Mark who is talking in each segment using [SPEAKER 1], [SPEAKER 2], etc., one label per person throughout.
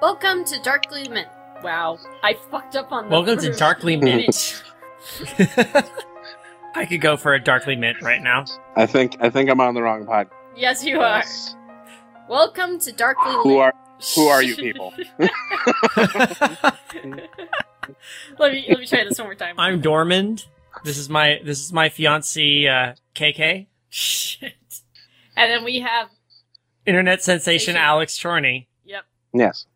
[SPEAKER 1] Welcome to Darkly Mint. Wow, I fucked up on the
[SPEAKER 2] Welcome to
[SPEAKER 1] word.
[SPEAKER 2] Darkly Mint. I could go for a Darkly Mint right now.
[SPEAKER 3] I think I think I'm on the wrong pod.
[SPEAKER 1] Yes, you are. Welcome to Darkly Mint.
[SPEAKER 3] Who are who are you people?
[SPEAKER 1] let me let me try this one more time.
[SPEAKER 2] I'm Dormand. This is my this is my fiance uh, KK.
[SPEAKER 1] Shit. And then we have
[SPEAKER 2] Internet sensation
[SPEAKER 1] Sensation.
[SPEAKER 2] Alex Chorney.
[SPEAKER 1] yep.
[SPEAKER 3] Yes.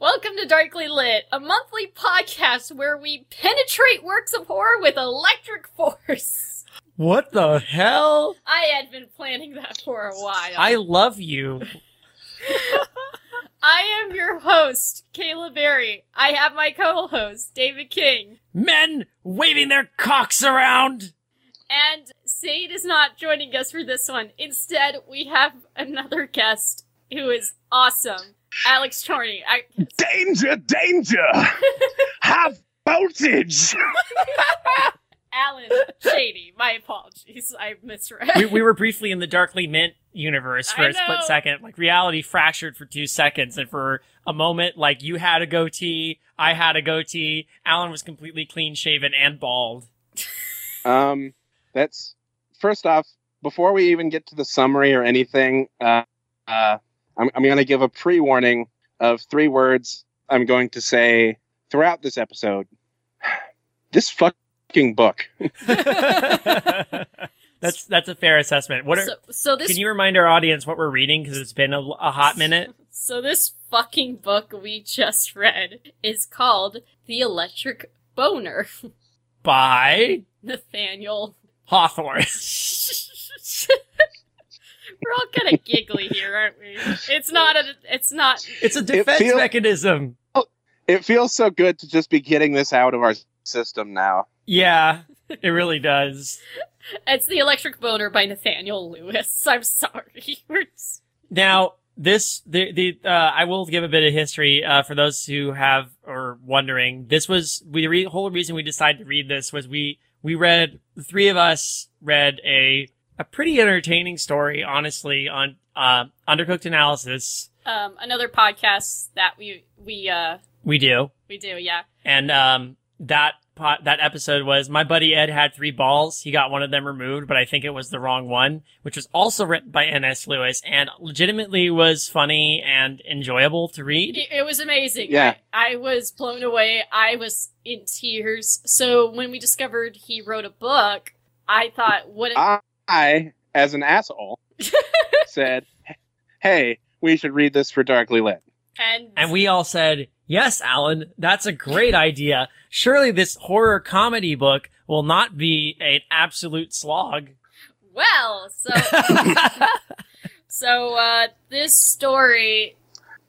[SPEAKER 1] Welcome to Darkly Lit, a monthly podcast where we penetrate works of horror with electric force.
[SPEAKER 2] What the hell?
[SPEAKER 1] I had been planning that for a while.
[SPEAKER 2] I love you.
[SPEAKER 1] I am your host, Kayla Berry. I have my co-host, David King.
[SPEAKER 2] Men waving their cocks around.
[SPEAKER 1] And Sade is not joining us for this one. Instead, we have another guest who is awesome, Alex Chorney. I,
[SPEAKER 4] Danger, danger! Have voltage!
[SPEAKER 1] Alan Shady. My apologies. I misread.
[SPEAKER 2] We, we were briefly in the Darkly Mint universe for
[SPEAKER 1] I
[SPEAKER 2] a split
[SPEAKER 1] know.
[SPEAKER 2] second. Like reality fractured for two seconds, and for a moment, like you had a goatee, I had a goatee. Alan was completely clean shaven and bald.
[SPEAKER 3] Um, that's first off. Before we even get to the summary or anything, uh, uh, I'm, I'm going to give a pre-warning of three words. I'm going to say throughout this episode. This fucking book.
[SPEAKER 2] that's that's a fair assessment. What are,
[SPEAKER 1] so, so this
[SPEAKER 2] can you remind our audience what we're reading? Because it's been a, a hot minute.
[SPEAKER 1] so this fucking book we just read is called The Electric Boner,
[SPEAKER 2] By
[SPEAKER 1] Nathaniel.
[SPEAKER 2] Hawthorne.
[SPEAKER 1] We're all kind of giggly here, aren't we? It's not a. It's not.
[SPEAKER 2] It's a defense
[SPEAKER 3] feel-
[SPEAKER 2] mechanism.
[SPEAKER 3] It feels so good to just be getting this out of our system now.
[SPEAKER 2] Yeah, it really does.
[SPEAKER 1] It's The Electric Boner by Nathaniel Lewis. I'm sorry. We're just-
[SPEAKER 2] Now, this the the uh, I will give a bit of history uh, for those who have or wondering. This was we re- the whole reason we decided to read this was we we read the three of us read a a pretty entertaining story, honestly, on uh, undercooked analysis.
[SPEAKER 1] um, another podcast that we we uh
[SPEAKER 2] We do,
[SPEAKER 1] we do. Yeah.
[SPEAKER 2] and um, that pot, that episode was my buddy Ed had three balls. He got one of them removed, but I think it was the wrong one, which was also written by N.S. Lewis and legitimately was funny and enjoyable to read.
[SPEAKER 1] It, it was amazing.
[SPEAKER 3] Yeah.
[SPEAKER 1] I, I was blown away. I was in tears. So when we discovered he wrote a book, I thought, what? A-
[SPEAKER 3] I, as an asshole, said, "Hey, we should read this for Darkly Lit."
[SPEAKER 1] and
[SPEAKER 2] And we all said, Yes, Alan, that's a great idea. Surely this horror comedy book will not be an absolute slog.
[SPEAKER 1] well, so so uh, this story.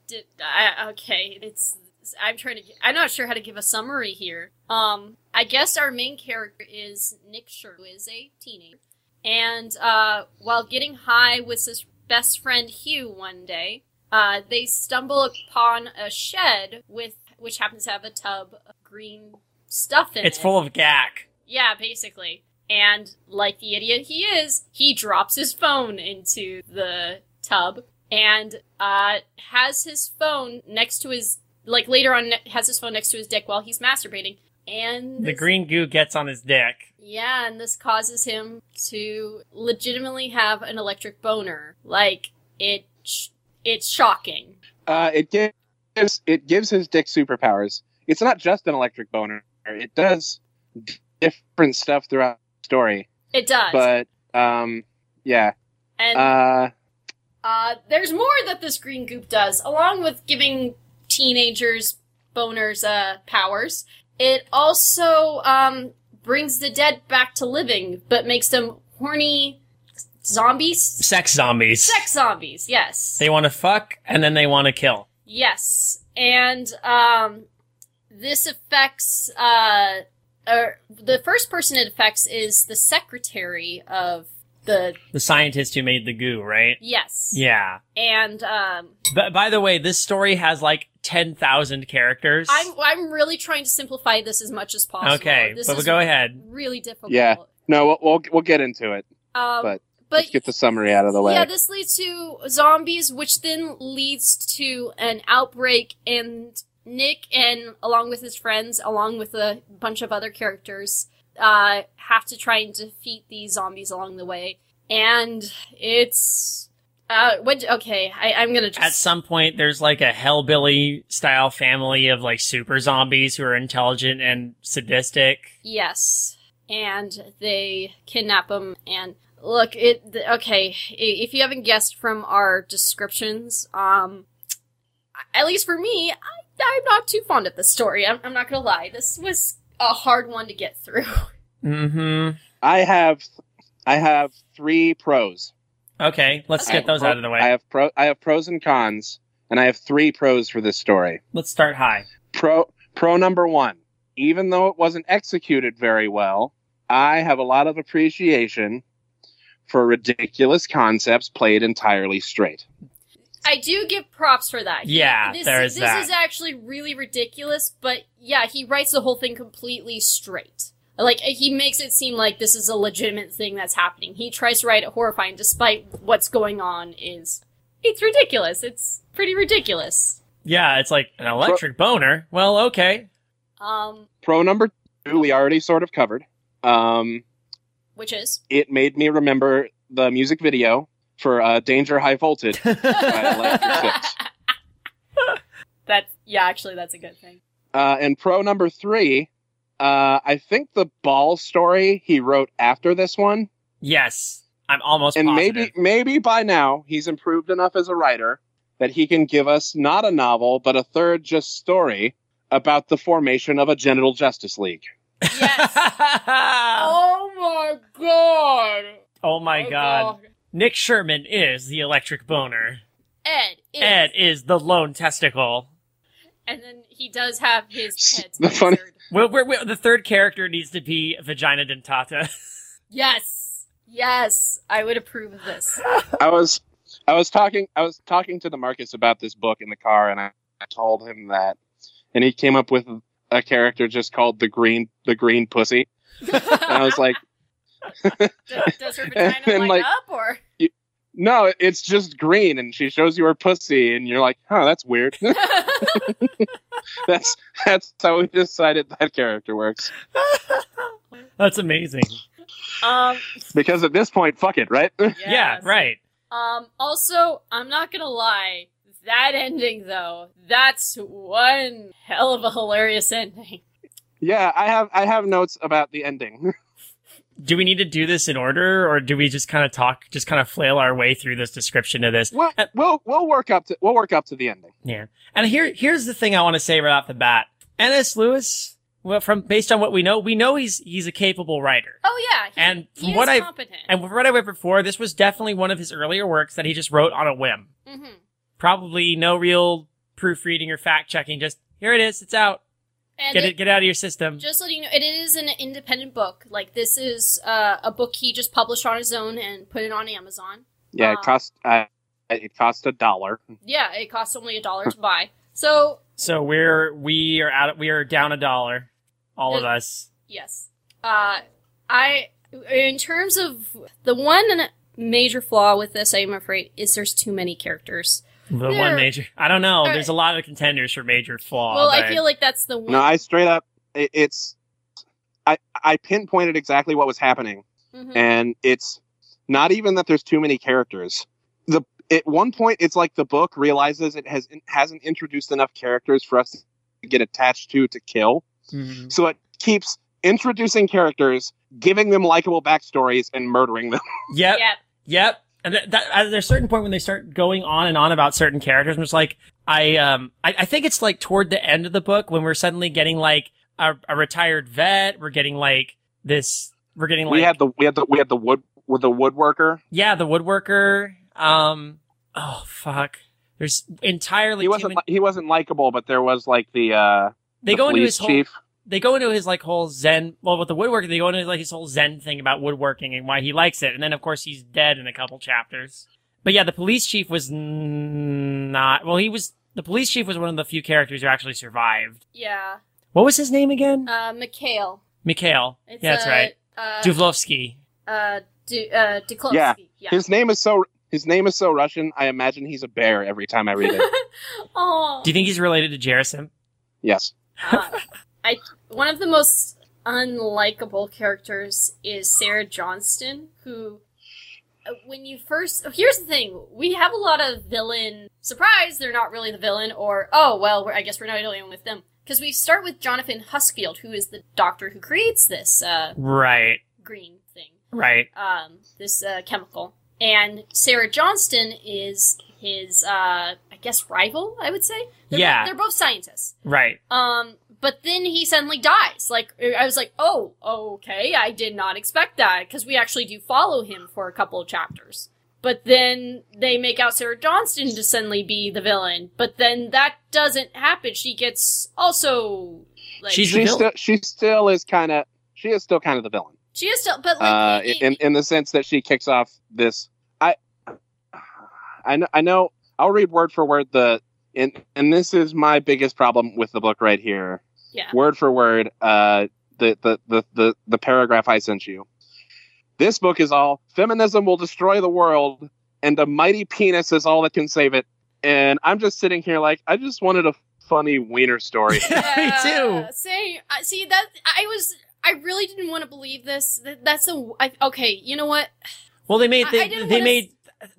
[SPEAKER 1] Did I, okay? It's I'm trying to. I'm not sure how to give a summary here. Um, I guess our main character is Nick Sher, who is a teenager, and uh, while getting high with his best friend Hugh one day, uh, they stumble upon a shed with which happens to have a tub of green stuff in it.
[SPEAKER 2] it's full of gack.
[SPEAKER 1] yeah, basically. And like the idiot he is, he drops his phone into the tub and uh, has his phone next to his like later on ne- has his phone next to his dick while he's masturbating. And
[SPEAKER 2] The
[SPEAKER 1] this-
[SPEAKER 2] green goo gets on his dick.
[SPEAKER 1] yeah, and this causes him to legitimately have an electric boner. Like it, sh- it's shocking.
[SPEAKER 3] Uh, it gives it gives his dick superpowers. It's not just an electric boner. It does d- different stuff throughout the story.
[SPEAKER 1] It does.
[SPEAKER 3] But um, yeah.
[SPEAKER 1] and
[SPEAKER 3] Uh,
[SPEAKER 1] Uh, there's more that this green goop does, along with giving teenagers boners uh, powers. It also um, brings the dead back to living, but makes them horny zombies,
[SPEAKER 2] Sex zombies.
[SPEAKER 1] sex zombies. Yes,
[SPEAKER 2] They want to fuck and then they want to kill.
[SPEAKER 1] yes, and um, this affects. Uh, or the first person it affects is the secretary of the
[SPEAKER 2] The scientist who made the goo, right?
[SPEAKER 1] yes,
[SPEAKER 2] Yeah.
[SPEAKER 1] and um,
[SPEAKER 2] But by the way, this story has like 10,000 characters.
[SPEAKER 1] I'm I'm really trying to simplify this as much as possible.
[SPEAKER 2] okay,
[SPEAKER 1] this
[SPEAKER 2] but
[SPEAKER 1] is
[SPEAKER 2] go ahead.
[SPEAKER 1] really difficult.
[SPEAKER 3] Yeah. no, we'll, we'll we'll get into it.
[SPEAKER 1] Um,
[SPEAKER 3] But-
[SPEAKER 1] but
[SPEAKER 3] Let's get the summary out of the way.
[SPEAKER 1] Yeah, this leads to zombies, which then leads to an outbreak, and Nick, and along with his friends, along with a bunch of other characters, uh, have to try and defeat these zombies along the way. And it's uh, what? Okay, I, I'm gonna
[SPEAKER 2] At
[SPEAKER 1] just
[SPEAKER 2] some point, there's like a hellbilly style family of like super zombies who are intelligent and sadistic.
[SPEAKER 1] yes, and they kidnap him. And look, it th- okay. i- If you haven't guessed from our descriptions, um, at least for me, I, I'm not too fond of this story. I'm, I'm not gonna lie. This was a hard one to get through.
[SPEAKER 2] Mm-hmm.
[SPEAKER 3] I have, I have three pros.
[SPEAKER 2] Okay, let's
[SPEAKER 1] Okay.
[SPEAKER 2] get those out of the
[SPEAKER 3] I
[SPEAKER 2] way.
[SPEAKER 3] have pro, I have pros and cons, and I have three pros for this story.
[SPEAKER 2] Let's start high.
[SPEAKER 3] pro pro number one even though it wasn't executed very well i have a lot of appreciation for ridiculous concepts played entirely straight
[SPEAKER 1] I do give props for that. He-
[SPEAKER 2] Yeah,
[SPEAKER 1] this,
[SPEAKER 2] there is
[SPEAKER 1] this
[SPEAKER 2] that.
[SPEAKER 1] is actually really ridiculous, but yeah, he writes the whole thing completely straight. Like he makes it seem like this is a legitimate thing that's happening. He tries to write it horrifying, despite what's going on is it's ridiculous. It's pretty ridiculous.
[SPEAKER 2] Yeah, it's like an electric boner. Well, okay.
[SPEAKER 1] Um,
[SPEAKER 3] pro number two we already sort of covered um,
[SPEAKER 1] which is
[SPEAKER 3] it made me remember the music video for uh, danger high voltage by electric six
[SPEAKER 1] that. Yeah, actually, that's a good thing.
[SPEAKER 3] uh, and pro number three uh, i think the ball story he wrote after this one
[SPEAKER 2] yes, I'm almost
[SPEAKER 3] and
[SPEAKER 2] positive.
[SPEAKER 3] maybe maybe by now he's improved enough as a writer that he can give us not a novel but a third just story about the formation of a genital justice league
[SPEAKER 1] Yes. oh my god.
[SPEAKER 2] oh my god. Nick Sherman is the electric boner.
[SPEAKER 1] Ed. Is,
[SPEAKER 2] Ed is the lone testicle.
[SPEAKER 1] And then he does have his pets.
[SPEAKER 3] The funny-
[SPEAKER 1] censored.
[SPEAKER 2] Well, we're, we the third character needs to be vagina dentata.
[SPEAKER 1] Yes. Yes. I would approve of this.
[SPEAKER 3] i was i was talking i was talking to the marcus about this book in the car and i, I told him that and he came up with a character just called the green the green pussy and i was like
[SPEAKER 1] does, does her vagina
[SPEAKER 3] And,
[SPEAKER 1] light
[SPEAKER 3] like-
[SPEAKER 1] up or?
[SPEAKER 3] no it's just green and she shows you her pussy and you're like huh that's weird that's that's how we decided that character works
[SPEAKER 2] That's amazing.
[SPEAKER 1] um,
[SPEAKER 3] because at this point fuck it right
[SPEAKER 2] Yeah,
[SPEAKER 1] yes.
[SPEAKER 2] right.
[SPEAKER 1] Um, also, I'm not gonna lie. That ending, though, that's one hell of a hilarious ending.
[SPEAKER 3] Yeah, I have I have notes about the ending.
[SPEAKER 2] Do we need to do this in order, or do we just kind of talk, just kind of flail our way through this description of this?
[SPEAKER 3] we'll, we'll we'll work up to we'll work up to the ending.
[SPEAKER 2] Yeah. And here, here's the thing I want to say right off the bat. Ennis Lewis, well, from based on what we know, we know he's he's a capable writer.
[SPEAKER 1] Oh yeah, he,
[SPEAKER 2] And
[SPEAKER 1] he
[SPEAKER 2] what
[SPEAKER 1] is
[SPEAKER 2] I've-
[SPEAKER 1] competent.
[SPEAKER 2] And from what I read before, this was definitely one of his earlier works that he just wrote on a whim.
[SPEAKER 1] Mhm.
[SPEAKER 2] Probably no real proofreading or fact checking. Just here it is. It's out.
[SPEAKER 1] And
[SPEAKER 2] Get
[SPEAKER 1] it-
[SPEAKER 2] it. Get out of your system.
[SPEAKER 1] Just letting you know, it is an independent book. Like this is uh, a book he just published on his own and put it on Amazon.
[SPEAKER 3] Yeah, it
[SPEAKER 1] Uh.
[SPEAKER 3] cost uh, it cost a dollar.
[SPEAKER 1] Yeah, it costs only a dollar to buy. So
[SPEAKER 2] So we're we are out. We are down a dollar. All of
[SPEAKER 1] Yeah.
[SPEAKER 2] us.
[SPEAKER 1] Yes. Uh, I, in terms of the one major flaw with this, I'm afraid, is there's too many characters.
[SPEAKER 2] The
[SPEAKER 1] Yeah.
[SPEAKER 2] one major. I don't know.
[SPEAKER 1] Alright.
[SPEAKER 2] There's a lot of contenders for major flaw.
[SPEAKER 1] well, I
[SPEAKER 2] but-
[SPEAKER 1] feel like that's the one.
[SPEAKER 3] No, I straight up it, it's I I pinpointed exactly what was happening,
[SPEAKER 1] Mhm.
[SPEAKER 3] and it's not even that there's too many characters. The at one point it's like the book realizes it has hasn't introduced enough characters for us to get attached to to kill,
[SPEAKER 2] Mhm.
[SPEAKER 3] so it keeps introducing characters, giving them likable backstories, and murdering them.
[SPEAKER 2] Yep.
[SPEAKER 1] Yeah.
[SPEAKER 2] Yep. And th- that, at a certain point when they start going on and on about certain characters, I'm just like, I, um, I, I think it's like toward the end of the book when we're suddenly getting like a, a retired vet. We're getting like this, we're getting like,
[SPEAKER 3] we had the we had the we had the wood with the woodworker.
[SPEAKER 2] yeah, the woodworker. Um, oh, fuck. There's entirely
[SPEAKER 3] he
[SPEAKER 2] too
[SPEAKER 3] wasn't
[SPEAKER 2] many-
[SPEAKER 3] li- he wasn't likable, but there was like the uh
[SPEAKER 2] they
[SPEAKER 3] the
[SPEAKER 2] go into
[SPEAKER 3] police
[SPEAKER 2] his whole,
[SPEAKER 3] chief.
[SPEAKER 2] they go into his like whole zen well with the woodworking they go into like his whole zen thing about woodworking and why he likes it and then of course he's dead in a couple chapters but yeah the police chief was n- not well he was the police chief was one of the few characters who actually survived
[SPEAKER 1] Yeah.
[SPEAKER 2] what was his name again
[SPEAKER 1] Uh, Mikhail.
[SPEAKER 2] mikhail
[SPEAKER 1] It's,
[SPEAKER 2] yeah that's
[SPEAKER 1] uh,
[SPEAKER 2] right
[SPEAKER 1] Uh,
[SPEAKER 2] duvlovsky
[SPEAKER 1] uh, du- uh, Duklovsky.
[SPEAKER 3] Yeah.
[SPEAKER 1] Yes. Yeah.
[SPEAKER 3] His name is so his name is so Russian. I imagine he's a bear every time I read it.
[SPEAKER 1] oh.
[SPEAKER 2] Do you think he's related to Jerisim?
[SPEAKER 3] yes.
[SPEAKER 1] Uh, I one of the most unlikable characters is Sarah Johnston, who uh, when you first oh, here's the thing we have a lot of villain surprise they're not really the villain or oh well we're, i guess we're not dealing with them because we start with jonathan husfield who is the doctor who creates this uh,
[SPEAKER 2] Right,
[SPEAKER 1] green thing
[SPEAKER 2] right.
[SPEAKER 1] um, this uh, chemical. And Sarah Johnston is his, uh, I guess, rival. I would say. They're
[SPEAKER 2] Yeah.
[SPEAKER 1] both, they're both scientists.
[SPEAKER 2] Right.
[SPEAKER 1] Um, but then he suddenly dies. Like I was like, oh, okay, I did not expect that because we actually do follow him for a couple of chapters. But then they make out Sarah Johnston to suddenly be the villain. But then that doesn't happen. She gets also like
[SPEAKER 2] She's-
[SPEAKER 3] She
[SPEAKER 2] the villain.
[SPEAKER 3] still she still is kind of she is still kind of the villain.
[SPEAKER 1] she is still, but like
[SPEAKER 3] Uh,
[SPEAKER 1] it-
[SPEAKER 3] in in the sense that she kicks off this I I know I know I'll read word for word the and and this is my biggest problem with the book right here.
[SPEAKER 1] yeah,
[SPEAKER 3] word for word uh, the, the, the, the, the paragraph I sent you. This book is all feminism will destroy the world, and a mighty penis is all that can save it. And I'm just sitting here like, I just wanted a funny wiener story.
[SPEAKER 2] Me too.
[SPEAKER 1] Yeah, Same. I- See that I was. I really didn't want to believe this. That- That's a. I, okay, you know what?
[SPEAKER 2] Well, they made
[SPEAKER 1] I-
[SPEAKER 2] they,
[SPEAKER 1] I didn't
[SPEAKER 2] they
[SPEAKER 1] wanna
[SPEAKER 2] made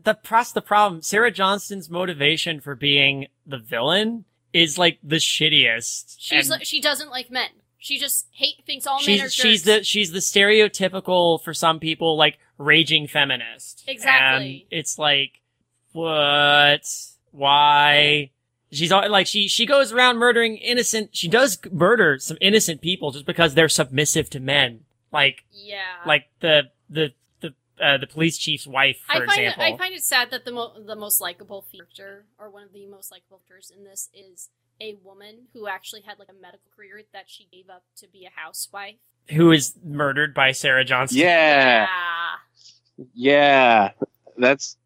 [SPEAKER 2] the press the problem. Sarah Johnston's motivation for being the villain is like the shittiest.
[SPEAKER 1] She's
[SPEAKER 2] and
[SPEAKER 1] like, she doesn't like men. She just hate thinks all men are
[SPEAKER 2] she's she's
[SPEAKER 1] jerks.
[SPEAKER 2] the she's the stereotypical for some people like raging feminist.
[SPEAKER 1] Exactly.
[SPEAKER 2] And it's like what? Why? She's all, like she she goes around murdering innocent. She does murder some innocent people just because they're submissive to men. Like
[SPEAKER 1] yeah.
[SPEAKER 2] like the the the uh, the police chief's wife, for
[SPEAKER 1] I find
[SPEAKER 2] example.
[SPEAKER 1] It, I find it sad that the mo- the most likable character or one of the most likable characters in this is a woman who actually had like a medical career that she gave up to be a housewife.
[SPEAKER 2] who is murdered by Sarah Johnson.
[SPEAKER 3] yeah,
[SPEAKER 1] Ah.
[SPEAKER 3] yeah. That's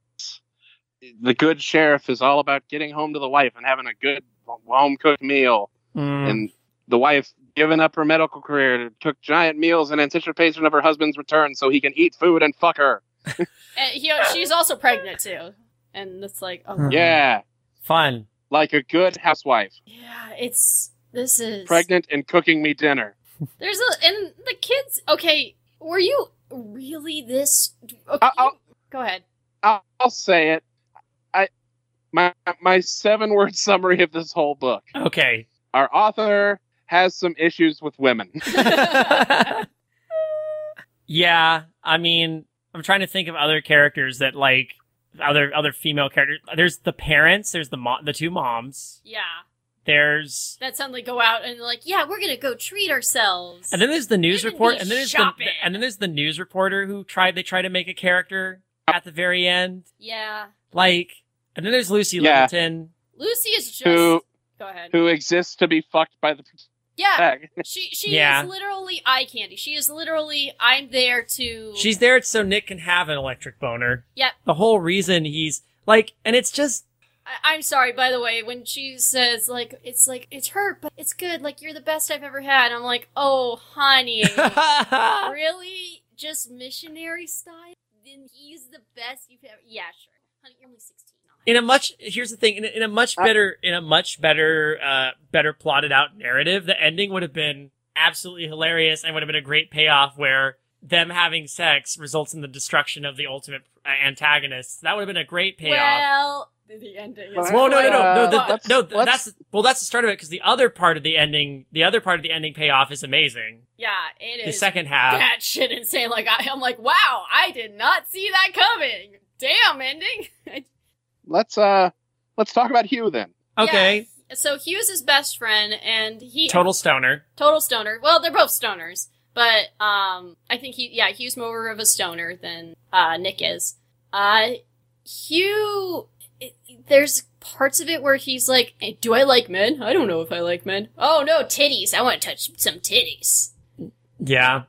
[SPEAKER 3] the good sheriff is all about getting home to the wife and having a good home cooked meal.
[SPEAKER 2] Mm.
[SPEAKER 3] And the wife giving up her medical career to cook giant meals in anticipation of her husband's return so he can eat food and fuck her.
[SPEAKER 1] And, you know, she's also pregnant too, and it's like oh
[SPEAKER 2] Hmm.
[SPEAKER 3] Yeah,
[SPEAKER 2] Fun.
[SPEAKER 3] like a good housewife,
[SPEAKER 1] yeah, it's this is
[SPEAKER 3] pregnant and cooking me dinner.
[SPEAKER 1] There's a and the kids. Okay, were you really this? Okay,
[SPEAKER 3] I- I'll-
[SPEAKER 1] go ahead.
[SPEAKER 3] I'll, I'll say it. I my my seven word summary of this whole book.
[SPEAKER 2] Okay.
[SPEAKER 3] Our author has some issues with women.
[SPEAKER 2] yeah, I mean, I'm trying to think of other characters that like other other female characters. There's the parents. There's the mo- the two moms.
[SPEAKER 1] Yeah,
[SPEAKER 2] There's
[SPEAKER 1] that suddenly go out and like, yeah, we're gonna go treat ourselves.
[SPEAKER 2] and then there's the news
[SPEAKER 1] Didn't
[SPEAKER 2] report.
[SPEAKER 1] be
[SPEAKER 2] And then there's
[SPEAKER 1] shopping.
[SPEAKER 2] the and then there's the news reporter who tried they try to make a character at the very end.
[SPEAKER 1] yeah,
[SPEAKER 2] Like, and then there's Lucy
[SPEAKER 3] Yeah.
[SPEAKER 2] Littleton.
[SPEAKER 1] Lucy is just.
[SPEAKER 3] Who-
[SPEAKER 1] Go ahead.
[SPEAKER 3] Who exists to be fucked by the
[SPEAKER 1] yeah,
[SPEAKER 3] tag?
[SPEAKER 1] she she
[SPEAKER 2] Yeah.
[SPEAKER 1] is literally eye candy. She is literally I'm there to.
[SPEAKER 2] She's there so Nick can have an electric boner.
[SPEAKER 1] Yep.
[SPEAKER 2] The whole reason he's like, and it's just
[SPEAKER 1] I- I'm sorry, by the way, when she says like it's like it's hurt, but it's good. Like you're the best I've ever had. I'm like, oh, honey. really just missionary style then he's the best you've ever yeah sure honey you're only 16
[SPEAKER 2] in a much here's the thing in a, in a much better in a much better uh better plotted out narrative the ending would have been absolutely hilarious and would have been a great payoff where them having sex results in the destruction of the ultimate uh, antagonist that would have been a great payoff
[SPEAKER 1] well the ending is
[SPEAKER 3] Well,
[SPEAKER 2] Whoa, no, no, no, no,
[SPEAKER 3] Uh,
[SPEAKER 2] the,
[SPEAKER 3] let's-
[SPEAKER 2] no! th-
[SPEAKER 3] let's-
[SPEAKER 2] That's well, that's the start of it because the other part of the ending, the other part of the ending payoff is amazing.
[SPEAKER 1] yeah it
[SPEAKER 2] The
[SPEAKER 1] is
[SPEAKER 2] second half,
[SPEAKER 1] that shit insane like I, i'm like wow i did not see that coming damn ending
[SPEAKER 3] Let's uh let's talk about Hugh then.
[SPEAKER 2] okay,
[SPEAKER 1] Yeah. so hughes is best friend and he
[SPEAKER 2] total stoner.
[SPEAKER 1] total stoner well they're both stoners but um i think he yeah hugh's more of a stoner than uh nick is uh hugh it, there's parts of it where he's like "Eh, do i like men i don't know if i like men oh no titties i want to touch some titties
[SPEAKER 2] Yeah.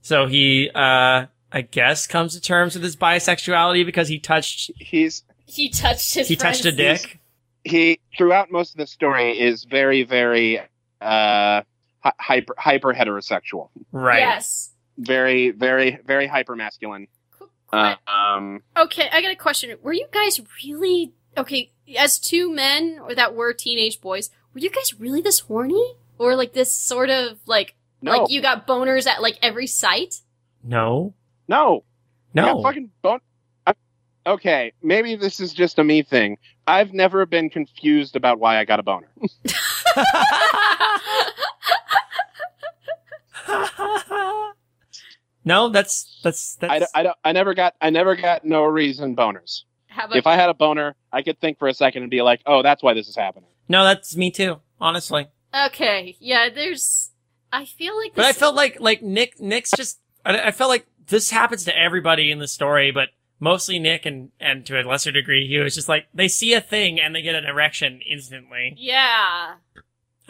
[SPEAKER 2] So he, uh, I guess, comes to terms with his bisexuality because he touched
[SPEAKER 3] He's
[SPEAKER 1] he touched his
[SPEAKER 2] he touched a
[SPEAKER 1] friend's-
[SPEAKER 2] dick.
[SPEAKER 3] he throughout most of the story is very very uh hy- hyper hyper heterosexual.
[SPEAKER 2] Right.
[SPEAKER 1] yes
[SPEAKER 3] Very very very hyper masculine.
[SPEAKER 1] Qu-
[SPEAKER 3] Uh, um,
[SPEAKER 1] Okay, I got a question. Were you guys really okay as two men or that were teenage boys? Were you guys really this horny or like this sort of like
[SPEAKER 3] no,
[SPEAKER 1] like you got boners at like every site?
[SPEAKER 2] No,
[SPEAKER 3] no,
[SPEAKER 2] no.
[SPEAKER 3] Yeah, fucking bone. I- Okay, maybe this is just a me thing. I've never been confused about why I got a boner.
[SPEAKER 2] no, that's that's that's.
[SPEAKER 3] I, d- I, don't, I never got I never got no reason boners.
[SPEAKER 1] How about
[SPEAKER 3] If I had a boner, I could think for a second and be like, "Oh, that's why this is happening."
[SPEAKER 2] no, that's me too. Honestly,
[SPEAKER 1] Okay, yeah, there's I feel like this
[SPEAKER 2] but I felt like like Nick Nick's just. I, I felt like this happens to everybody in the story, but mostly Nick and and to a lesser degree Hugh. It's just like they see a thing and they get an erection instantly.
[SPEAKER 1] Yeah.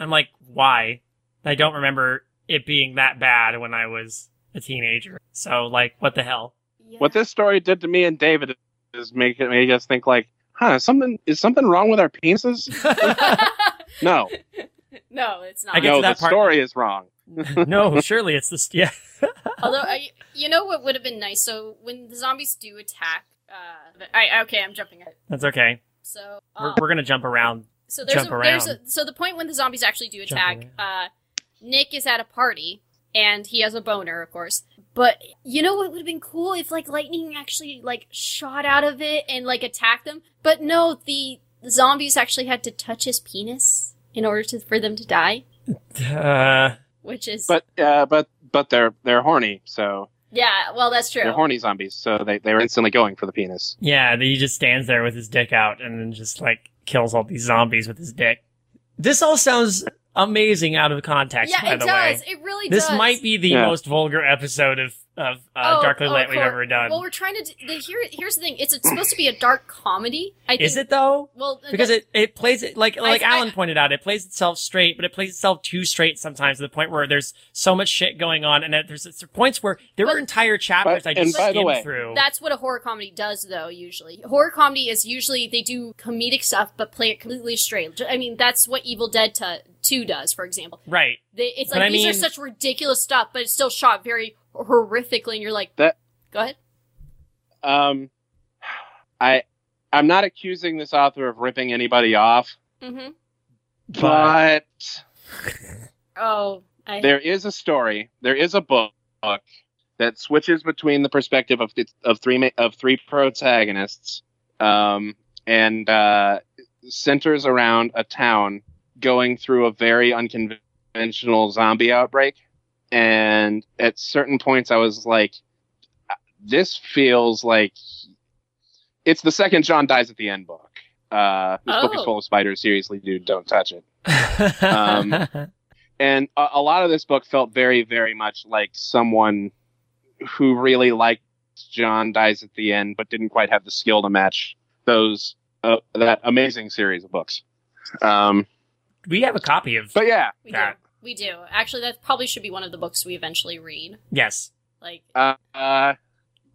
[SPEAKER 2] I'm like, why? I don't remember it being that bad when I was a teenager. So like, what the hell?
[SPEAKER 1] yeah.
[SPEAKER 3] What this story did to me and David is make it make us think like, "Huh, something is something wrong with our penises?" No,
[SPEAKER 1] no, it's not.
[SPEAKER 2] I get
[SPEAKER 3] no,
[SPEAKER 2] to that
[SPEAKER 3] the
[SPEAKER 2] part.
[SPEAKER 3] story is wrong.
[SPEAKER 2] no, surely it's this. Yeah.
[SPEAKER 1] Although I, you know what would have been nice. So when the zombies do attack, uh, I okay, I'm jumping ahead.
[SPEAKER 2] That's okay.
[SPEAKER 1] So
[SPEAKER 2] We're,
[SPEAKER 1] um,
[SPEAKER 2] we're gonna jump around.
[SPEAKER 1] so there's
[SPEAKER 2] jump
[SPEAKER 1] a, there's a,
[SPEAKER 2] around.
[SPEAKER 1] so the point when the zombies actually do
[SPEAKER 2] Jump
[SPEAKER 1] attack, uh, Nick is at a party and he has a boner, of course. But you know what would have been cool if like lightning actually like shot out of it and like attacked them. But no, the zombies actually had to touch his penis in order to for them to die,
[SPEAKER 2] Uh,
[SPEAKER 1] which is
[SPEAKER 3] But uh, but but they're they're horny, so
[SPEAKER 1] yeah, well that's true.
[SPEAKER 3] they're horny zombies, so they they were instantly going for the penis.
[SPEAKER 2] yeah, he just stands there with his dick out and then just like kills all these zombies with his dick. This all sounds amazing out of context.
[SPEAKER 1] yeah,
[SPEAKER 2] by
[SPEAKER 1] it
[SPEAKER 2] the
[SPEAKER 1] does.
[SPEAKER 2] way,
[SPEAKER 1] It really
[SPEAKER 2] this
[SPEAKER 1] does.
[SPEAKER 2] might be the
[SPEAKER 3] Yeah.
[SPEAKER 2] most vulgar episode of of uh,
[SPEAKER 1] Oh,
[SPEAKER 2] Darkly
[SPEAKER 1] oh,
[SPEAKER 2] Lit
[SPEAKER 1] of
[SPEAKER 2] we've
[SPEAKER 1] course.
[SPEAKER 2] ever done.
[SPEAKER 1] Well, we're trying to. The, here, here's the thing. It's supposed to be a dark comedy. I think,
[SPEAKER 2] Is it though?
[SPEAKER 1] Well,
[SPEAKER 2] Because it, it plays it like like
[SPEAKER 1] I-
[SPEAKER 2] Alan pointed out, it plays itself straight, but it plays itself too straight sometimes to the point where there's so much shit going on, and that there's, there's points where there
[SPEAKER 1] But-
[SPEAKER 2] were entire chapters I
[SPEAKER 3] and
[SPEAKER 2] just
[SPEAKER 3] by the
[SPEAKER 2] skimmed
[SPEAKER 3] way,
[SPEAKER 2] through.
[SPEAKER 1] That's what a horror comedy does, though. Usually, horror comedy is usually they do comedic stuff, but play it completely straight. Ju- I mean, that's what Evil Dead to, Two does, for example.
[SPEAKER 2] right.
[SPEAKER 1] They, it's
[SPEAKER 2] But
[SPEAKER 1] like
[SPEAKER 2] I
[SPEAKER 1] these are
[SPEAKER 2] mean-
[SPEAKER 1] such ridiculous stuff, but it's still shot very horrifically, and you're like,
[SPEAKER 3] That-
[SPEAKER 1] Go ahead.
[SPEAKER 3] Um, I I'm not accusing this author of ripping anybody off,
[SPEAKER 1] Mm-hmm.
[SPEAKER 3] but
[SPEAKER 1] Oh, I.
[SPEAKER 3] there is a story, there is a book that switches between the perspective of th- of three ma- of three protagonists, um, and uh, centers around a town going through a very unconventional zombie outbreak. And at certain points, I was like, "Uh, "This feels like it's the second John dies at the end book." Uh, this book is
[SPEAKER 1] Oh.
[SPEAKER 3] full of spiders. Seriously, dude, don't touch it Um, and a, a lot of this book felt very very much like someone who really liked john dies at the end but didn't quite have the skill to match those uh, that amazing series of books um,
[SPEAKER 2] we have a copy of
[SPEAKER 3] but yeah
[SPEAKER 1] we
[SPEAKER 2] that.
[SPEAKER 1] do. We do. Actually, that probably should be one of the books we eventually read.
[SPEAKER 2] yes
[SPEAKER 1] Like,
[SPEAKER 3] uh, uh,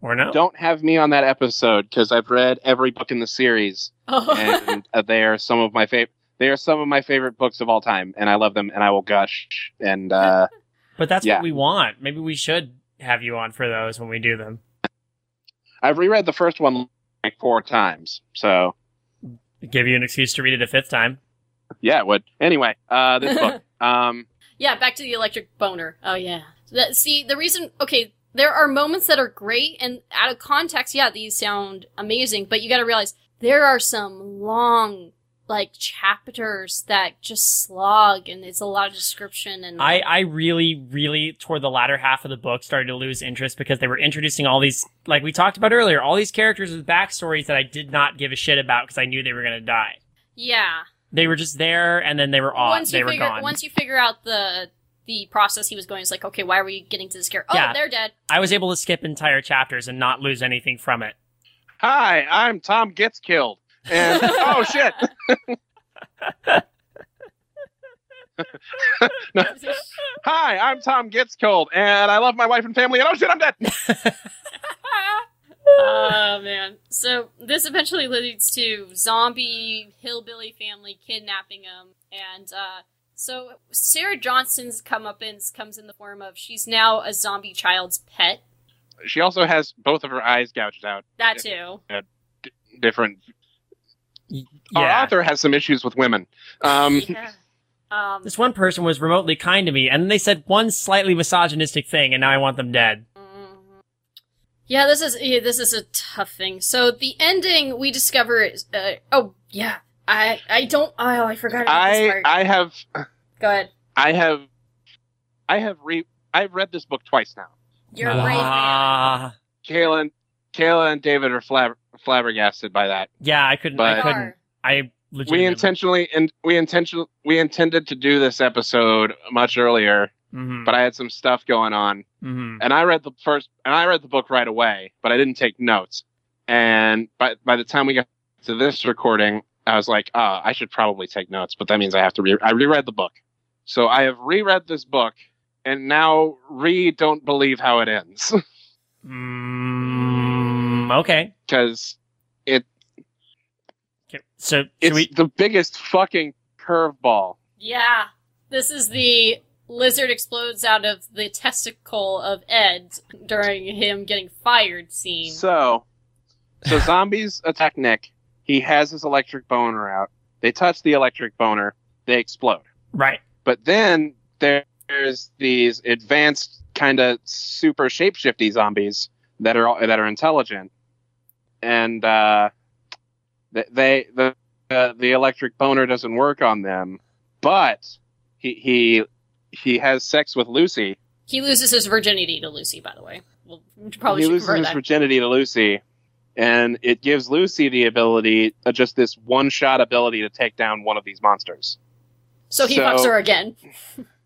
[SPEAKER 2] or no?
[SPEAKER 3] don't have me on that episode because i've read every book in the series
[SPEAKER 1] oh,
[SPEAKER 3] and uh, they are some of my favorite they are some of my favorite books of all time and i love them and i will gush and uh,
[SPEAKER 2] But that's
[SPEAKER 3] Yeah.
[SPEAKER 2] what we want. Maybe we should have you on for those when we do them.
[SPEAKER 3] i've reread the first one like four times so
[SPEAKER 2] Give you an excuse to read it a fifth time.
[SPEAKER 3] Yeah, it would. Anyway, uh, this book. Um,
[SPEAKER 1] Yeah, back to the electric boner. Oh yeah. That, see, the reason okay, there are moments that are great and out of context, yeah, these sound amazing, but you got to realize there are some long like chapters that just slog and it's a lot of description and
[SPEAKER 2] I, I really, really toward the latter half of the book started to lose interest because they were introducing all these, like we talked about earlier, all these characters with backstories that I did not give a shit about because I knew they were going to die.
[SPEAKER 1] yeah.
[SPEAKER 2] They were just there and then they were off.
[SPEAKER 1] once
[SPEAKER 2] they
[SPEAKER 1] you
[SPEAKER 2] were
[SPEAKER 1] figure
[SPEAKER 2] gone.
[SPEAKER 1] once you figure out the the process he was going, it's like, okay, why are we getting to this character? Oh,
[SPEAKER 2] Yeah.
[SPEAKER 1] they're dead.
[SPEAKER 2] I was able to skip entire chapters and not lose anything from it.
[SPEAKER 3] hi, I'm Tom Gets Killed. And oh shit. Hi, I'm Tom Gets Killed, and I love my wife and family. And oh shit, I'm dead.
[SPEAKER 1] Oh man. So this eventually leads to zombie hillbilly family kidnapping him and uh so Sarah Johnson's comeuppance comes in the form of she's now a zombie child's pet.
[SPEAKER 3] She also has both of her eyes gouged out.
[SPEAKER 1] That too.
[SPEAKER 3] Different. Our
[SPEAKER 2] Yeah.
[SPEAKER 3] author has some issues with women. Um,
[SPEAKER 1] yeah. Um,
[SPEAKER 2] This one person was remotely kind to me, and then they said one slightly misogynistic thing, and now I want them dead.
[SPEAKER 1] Mhm. Yeah, this is yeah, this is a tough thing. So the ending we discover is uh, oh yeah, I I don't oh I forgot about this
[SPEAKER 3] I
[SPEAKER 1] part.
[SPEAKER 3] I have
[SPEAKER 1] Go ahead.
[SPEAKER 3] I have I have re I've read this book twice now.
[SPEAKER 1] You're
[SPEAKER 2] Uh,
[SPEAKER 1] right.
[SPEAKER 2] ah,
[SPEAKER 3] Kayla and, Kayla and David are flab- flabbergasted by that.
[SPEAKER 2] Yeah, I couldn't.
[SPEAKER 3] But-
[SPEAKER 2] I
[SPEAKER 1] man.
[SPEAKER 2] couldn't. I legitimately.
[SPEAKER 3] We intentionally and we intention we intended to do this episode much earlier,
[SPEAKER 2] Mhm,
[SPEAKER 3] Mm-hmm. but I had some stuff going on,
[SPEAKER 2] mhm.
[SPEAKER 3] and I read the first and I read the book right away, but I didn't take notes. And by by the time we got to this recording, I was like, ah, I should probably take notes, but that means I have to re I reread the book, so I have reread this book, and now re don't believe how it ends.
[SPEAKER 2] Mm, okay.
[SPEAKER 3] because
[SPEAKER 2] Okay, So should
[SPEAKER 3] it's
[SPEAKER 2] we?
[SPEAKER 3] the biggest fucking curveball.
[SPEAKER 1] Yeah, this is the lizard explodes out of the testicle of Ed during him getting fired scene.
[SPEAKER 3] So, so zombies attack Nick. He has his electric boner out. They touch the electric boner. They explode.
[SPEAKER 2] Right.
[SPEAKER 3] But then there's these advanced kind of super shapeshifty zombies that are all- that are intelligent, and uh, th- they the uh, the electric boner doesn't work on them. But he he he has sex with Lucy.
[SPEAKER 1] he loses his virginity to Lucy, by the way. Well, we probably
[SPEAKER 3] he
[SPEAKER 1] should
[SPEAKER 3] loses
[SPEAKER 1] convert
[SPEAKER 3] his
[SPEAKER 1] that.
[SPEAKER 3] virginity to Lucy, and it gives Lucy the ability, uh, just this one shot ability to take down one of these monsters.
[SPEAKER 1] so he
[SPEAKER 3] so-
[SPEAKER 1] fucks her again.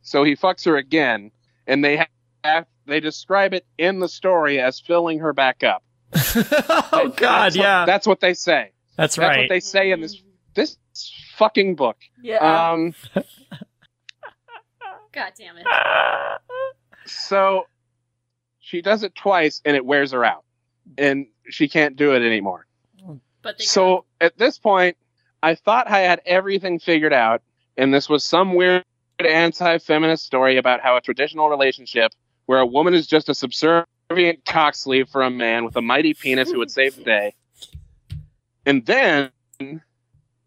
[SPEAKER 3] So he fucks her again, and they have, they describe it in the story as filling her back up.
[SPEAKER 2] oh
[SPEAKER 3] That-
[SPEAKER 2] God,
[SPEAKER 3] that's what-
[SPEAKER 2] yeah.
[SPEAKER 3] that's what they say.
[SPEAKER 2] That's
[SPEAKER 3] That's
[SPEAKER 2] right.
[SPEAKER 3] what they say in this this fucking book.
[SPEAKER 1] Yeah.
[SPEAKER 3] Um,
[SPEAKER 1] God damn it.
[SPEAKER 2] Ah.
[SPEAKER 3] so she does it twice, and it wears her out, and she can't do it anymore.
[SPEAKER 1] But they
[SPEAKER 3] So at this point, I thought I had everything figured out, and this was some weird anti feminist story about how a traditional relationship where a woman is just a subservient cocksleeve for a man with a mighty penis who would save the day. And then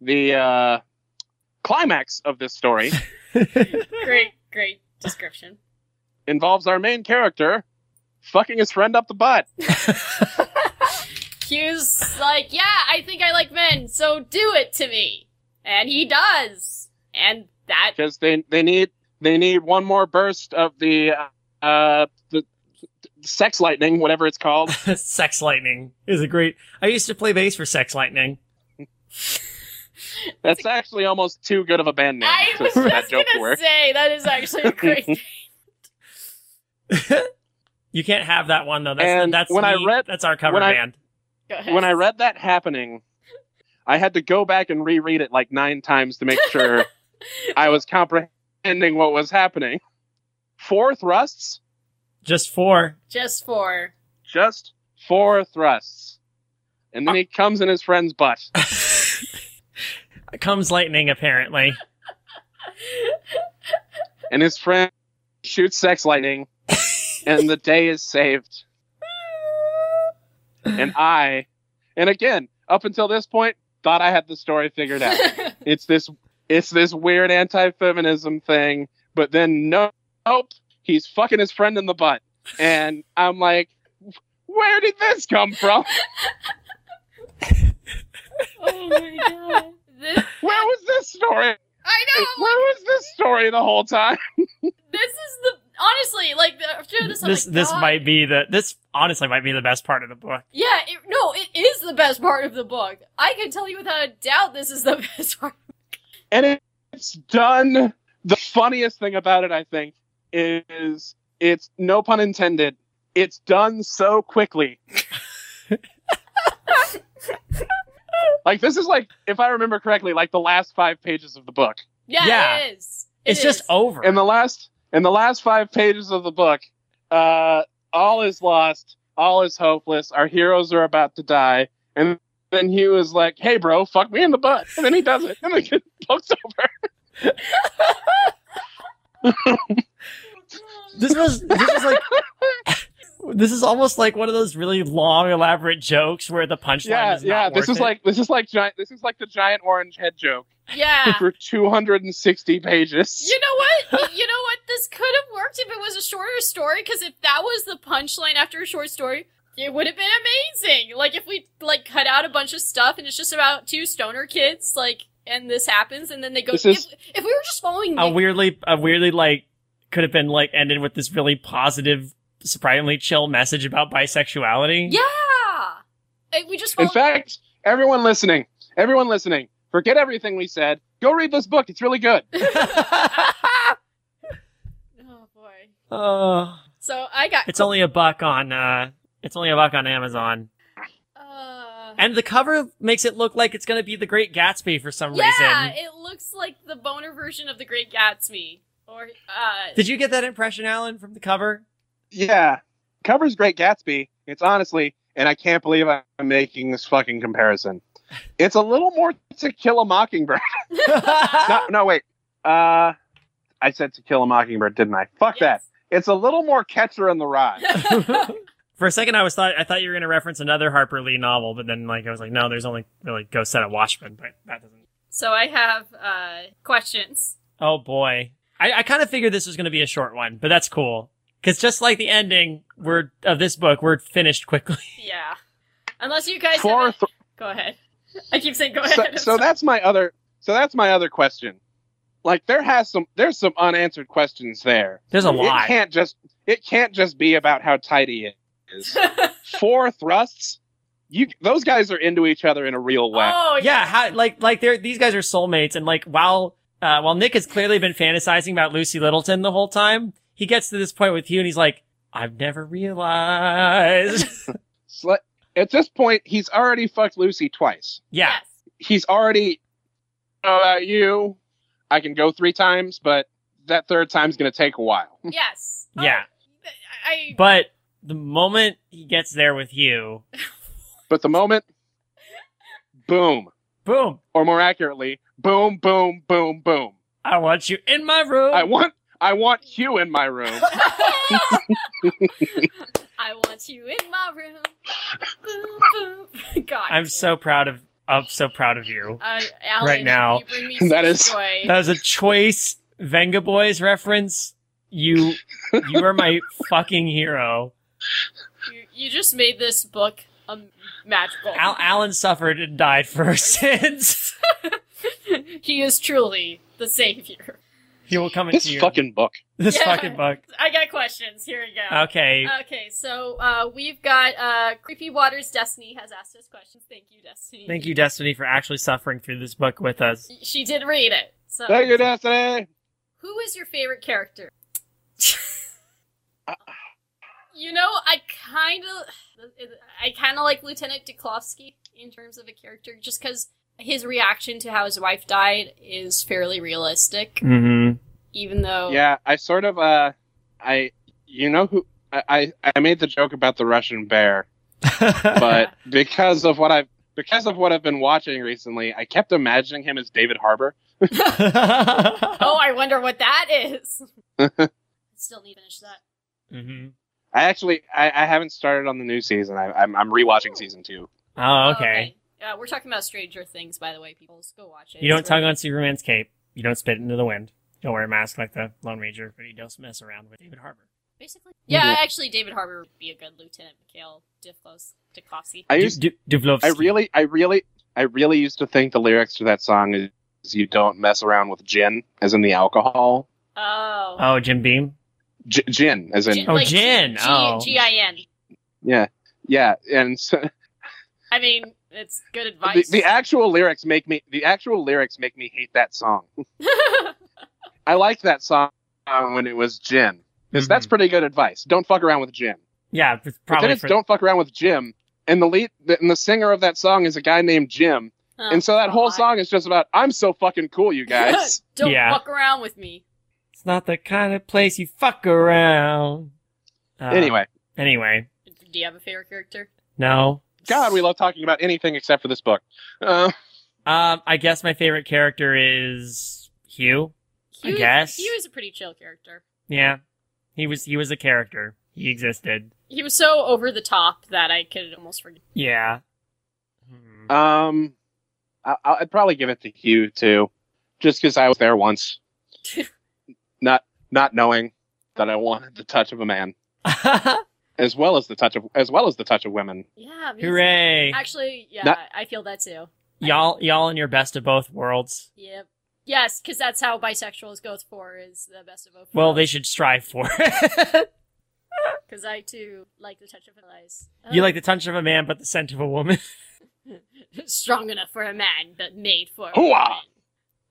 [SPEAKER 3] the uh, climax of this story
[SPEAKER 1] great, great description.
[SPEAKER 3] involves our main character fucking his friend up the butt.
[SPEAKER 1] Hugh's like, yeah, I think I like men, so do it to me. And he does. And that
[SPEAKER 3] because they they need they need one more burst of the uh the sex lightning, whatever it's called.
[SPEAKER 2] Sex Lightning is a great. I used to play bass for Sex Lightning.
[SPEAKER 3] That's actually almost too good of a band name.
[SPEAKER 1] I
[SPEAKER 3] to-
[SPEAKER 1] was
[SPEAKER 3] for
[SPEAKER 1] just gonna say that is actually a great
[SPEAKER 2] You can't have that one though. That's
[SPEAKER 3] And
[SPEAKER 2] that's
[SPEAKER 3] when I
[SPEAKER 2] me-
[SPEAKER 3] read-
[SPEAKER 2] that's our cover
[SPEAKER 3] when I-
[SPEAKER 2] band.
[SPEAKER 1] Go ahead.
[SPEAKER 3] When I read that happening, I had to go back and reread it like nine times to make sure I was comprehending what was happening. Four thrusts,
[SPEAKER 2] Just four.
[SPEAKER 1] just for
[SPEAKER 3] just four thrusts, and then he comes in his friend's butt.
[SPEAKER 2] Comes lightning apparently.
[SPEAKER 1] Oh
[SPEAKER 3] and his friend shoots sex lightning, and the day is saved. And I, and again, up until this point, thought I had the story figured out. It's this, it's this weird anti-feminism thing, but then no- nope, he's fucking his friend in the butt, and I'm like, where did this come from?
[SPEAKER 1] oh my god. This,
[SPEAKER 3] Where was this story?
[SPEAKER 1] I
[SPEAKER 3] Where
[SPEAKER 1] know.
[SPEAKER 3] was this story the whole time?
[SPEAKER 1] This is the honestly like the, after this. I'm
[SPEAKER 2] this
[SPEAKER 1] like,
[SPEAKER 2] this
[SPEAKER 1] God.
[SPEAKER 2] might be the this honestly might be the best part of the book.
[SPEAKER 1] Yeah, it, no, it is the best part of the book. I can tell you without a doubt, this is the best part.
[SPEAKER 3] and it- it's done. The funniest thing about it, I think, is it's no pun intended. It's done so quickly. like this is like, if I remember correctly, like the last five pages of the book.
[SPEAKER 1] Yeah,
[SPEAKER 2] Yeah.
[SPEAKER 1] it is. It
[SPEAKER 2] It's just
[SPEAKER 1] is.
[SPEAKER 2] over.
[SPEAKER 3] In the last, in the last five pages of the book, uh, all is lost, all is hopeless. Our heroes are about to die, and then Hugh is like, "Hey, bro, fuck me in the butt," and then he does it, and the book's over.
[SPEAKER 2] this was this was like This is almost like one of those really long, elaborate jokes where the punchline
[SPEAKER 3] yeah,
[SPEAKER 2] is not
[SPEAKER 3] yeah.
[SPEAKER 2] worth
[SPEAKER 3] This is
[SPEAKER 2] it.
[SPEAKER 3] like this is like giant. This is like the giant orange head joke
[SPEAKER 1] Yeah.
[SPEAKER 3] for 260 pages.
[SPEAKER 1] Ah. You know what? You know what? This could have worked if it was a shorter story. Because if that was the punchline after a short story, it would have been amazing. Like if we like cut out a bunch of stuff and it's just about two stoner kids, like, and this happens, and then they go.
[SPEAKER 3] This is-
[SPEAKER 1] if, if we were just following,
[SPEAKER 2] a
[SPEAKER 1] Nick-
[SPEAKER 2] weirdly, a weirdly like could have been like ended with this really positive, surprisingly chill message about bisexuality.
[SPEAKER 1] yeah, Like, we just
[SPEAKER 3] In
[SPEAKER 1] follow-
[SPEAKER 3] fact, everyone listening, everyone listening, forget everything we said. Go read this book. It's really good.
[SPEAKER 1] Oh boy.
[SPEAKER 2] Oh,
[SPEAKER 1] So I got.
[SPEAKER 2] it's only a buck on. uh It's only a buck on Amazon,
[SPEAKER 1] Uh,
[SPEAKER 2] and the cover makes it look like it's going to be The Great Gatsby for some
[SPEAKER 1] yeah,
[SPEAKER 2] reason.
[SPEAKER 1] it looks like the boner version of The Great Gatsby, or uh,
[SPEAKER 2] Did you get that impression, Alan, from the cover?
[SPEAKER 3] Yeah, covers Great Gatsby. It's honestly, and I can't believe I'm making this fucking comparison. It's a little more To Kill a Mockingbird. no, no, wait. Uh, I said To Kill a Mockingbird, didn't I? Fuck that. It's a little more Catcher in the Rye.
[SPEAKER 1] Yes.
[SPEAKER 2] For a second, I was thought I thought you were going to reference another Harper Lee novel, but then like I was like, no, there's only really Ghost Set of Watchmen, but that doesn't.
[SPEAKER 1] So I have uh, questions.
[SPEAKER 2] Oh boy, I, I kind of figured this was going to be a short one, but that's cool because just like the ending, we're of this book, we're finished quickly.
[SPEAKER 1] Yeah. Unless you guys
[SPEAKER 3] For
[SPEAKER 1] have a- go ahead. I keep saying go
[SPEAKER 3] so,
[SPEAKER 1] ahead. I'm
[SPEAKER 3] so
[SPEAKER 1] sorry.
[SPEAKER 3] that's my other so that's my other question like there has some there's some unanswered questions there
[SPEAKER 2] There's a
[SPEAKER 3] it
[SPEAKER 2] lot.
[SPEAKER 3] can't just it can't just be about how tidy it is four thrusts you those guys are into each other in a real way
[SPEAKER 1] oh
[SPEAKER 2] yeah, how, like like they're these guys are soulmates, and like while uh, while Nick has clearly been fantasizing about Lucy Littleton the whole time, he gets to this point with Hugh, and he's like, I've never realized.
[SPEAKER 3] It's like- at this point he's already fucked lucy twice
[SPEAKER 2] yeah,
[SPEAKER 1] Yes.
[SPEAKER 3] he's already "I don't know about you i can go three times but that third time's gonna take a while
[SPEAKER 1] Yes. Oh,
[SPEAKER 2] Yeah.
[SPEAKER 1] I.
[SPEAKER 2] but the moment he gets there with Hugh,
[SPEAKER 3] but the moment boom
[SPEAKER 2] boom.
[SPEAKER 3] or more accurately boom boom boom boom
[SPEAKER 2] I want you in my room.
[SPEAKER 3] I want I want Hugh in my room.
[SPEAKER 1] I want you in my room. Boom, boom. God.
[SPEAKER 2] I'm so proud of I'm so proud of you.
[SPEAKER 1] Uh, Alan,
[SPEAKER 2] right now.
[SPEAKER 1] You bring me so
[SPEAKER 3] That is-
[SPEAKER 1] joy.
[SPEAKER 2] That was a choice Venga Boys reference. You you are my fucking hero.
[SPEAKER 1] You, you just made this book um, magical.
[SPEAKER 2] Al- Alan suffered and died for our sins.
[SPEAKER 1] he is truly the savior.
[SPEAKER 2] he will come
[SPEAKER 3] this
[SPEAKER 2] into you.
[SPEAKER 3] fucking book.
[SPEAKER 2] this
[SPEAKER 1] Yeah.
[SPEAKER 2] fucking book.
[SPEAKER 1] I got questions. Here we
[SPEAKER 2] Uh,
[SPEAKER 1] go.
[SPEAKER 2] Okay.
[SPEAKER 1] Okay, so uh, we've got uh, Creepy Waters Destiny has asked us questions. Thank you, Destiny.
[SPEAKER 2] Thank you, Destiny, for actually suffering through this book with us.
[SPEAKER 1] She did read it. So,
[SPEAKER 3] Thank you, Destiny.
[SPEAKER 1] who is your favorite character?
[SPEAKER 3] Uh.
[SPEAKER 1] you know, I kind of, I kind of like Lieutenant Diklovsky in terms of a character, just because his reaction to how his wife died is fairly realistic,
[SPEAKER 2] Mm-hmm.
[SPEAKER 1] even though.
[SPEAKER 3] Yeah, I sort of uh I you know who I, I I made the joke about the Russian bear, but because of what I've because of what I've been watching recently, I kept imagining him as David Harbour.
[SPEAKER 1] Oh, I wonder what that is. Still need to finish that.
[SPEAKER 2] hmm
[SPEAKER 3] I actually I, I haven't started on the new season. I, I'm I'm rewatching season two.
[SPEAKER 2] Oh, okay.
[SPEAKER 1] Uh, we're talking about Stranger Things, by the way, people. Just go watch it.
[SPEAKER 2] You don't
[SPEAKER 1] It's really-
[SPEAKER 2] tug on Superman's cape. You don't spit into the wind. Don't wear a mask like the Lone Ranger, but he does mess around with David Harbour.
[SPEAKER 1] Basically. Yeah,
[SPEAKER 2] Mm-hmm.
[SPEAKER 3] Yeah.
[SPEAKER 1] actually, David Harbour would be a good Lieutenant Mikhail Diflos Diklovsky.
[SPEAKER 3] I used
[SPEAKER 2] Du- Du- Duvlovsky.
[SPEAKER 3] I really I really I really used to think the lyrics to that song is you don't mess around with gin as in the alcohol.
[SPEAKER 1] Oh.
[SPEAKER 2] Oh, Jim Beam.
[SPEAKER 3] G- gin as in
[SPEAKER 1] Gin-
[SPEAKER 2] Oh, Jin.
[SPEAKER 1] G-
[SPEAKER 2] Oh.
[SPEAKER 1] G-I-N.
[SPEAKER 3] Yeah, yeah, and so
[SPEAKER 1] I mean, it's good
[SPEAKER 3] the,
[SPEAKER 1] advice.
[SPEAKER 3] the actual lyrics make me the actual lyrics make me hate that song. I liked that song uh, when it was Jim.
[SPEAKER 2] Mm-hmm.
[SPEAKER 3] 'cause That's pretty good advice. Don't fuck around with Jim.
[SPEAKER 2] Yeah, p-
[SPEAKER 3] But then
[SPEAKER 2] probably.
[SPEAKER 3] it's
[SPEAKER 2] For,
[SPEAKER 3] don't fuck around with Jim, and the lead the, and the singer of that song is a guy named Jim,
[SPEAKER 1] Oh,
[SPEAKER 3] and so that
[SPEAKER 1] oh,
[SPEAKER 3] whole
[SPEAKER 1] I-
[SPEAKER 3] song is just about I'm so fucking cool, you guys.
[SPEAKER 1] don't
[SPEAKER 2] Yeah.
[SPEAKER 1] fuck around with me.
[SPEAKER 2] it's not the kind of place you fuck around. Uh,
[SPEAKER 3] anyway,
[SPEAKER 2] Anyway,
[SPEAKER 1] Do you have a favorite character?
[SPEAKER 2] no.
[SPEAKER 3] God, we love talking about anything except for this book. Uh,
[SPEAKER 2] Um, I guess my favorite character is Hugh. I
[SPEAKER 1] Hugh is-
[SPEAKER 2] guess.
[SPEAKER 1] Hugh is a pretty chill character.
[SPEAKER 2] Yeah, he was he was a character. He existed.
[SPEAKER 1] he was so over the top that I could almost forget.
[SPEAKER 2] Yeah. Hmm.
[SPEAKER 3] Um, I, I'd probably give it to Hugh too, just because I was there once, not not knowing that I wanted the touch of a man as well as the touch of as well as the touch of women.
[SPEAKER 1] Yeah. me-
[SPEAKER 2] Hooray!
[SPEAKER 1] Actually, yeah,
[SPEAKER 3] Not-
[SPEAKER 1] I feel that too.
[SPEAKER 2] Y'all, y'all in your best of both worlds.
[SPEAKER 1] Yep. Yes, because that's how bisexuals go for is the best of both.
[SPEAKER 2] Well, they should strive for. it.
[SPEAKER 1] Because I too like the touch of her eyes.
[SPEAKER 2] you like the touch of a man, but the scent of a woman.
[SPEAKER 1] strong enough for a man, but made for a
[SPEAKER 4] Hoo-ah!
[SPEAKER 1] woman.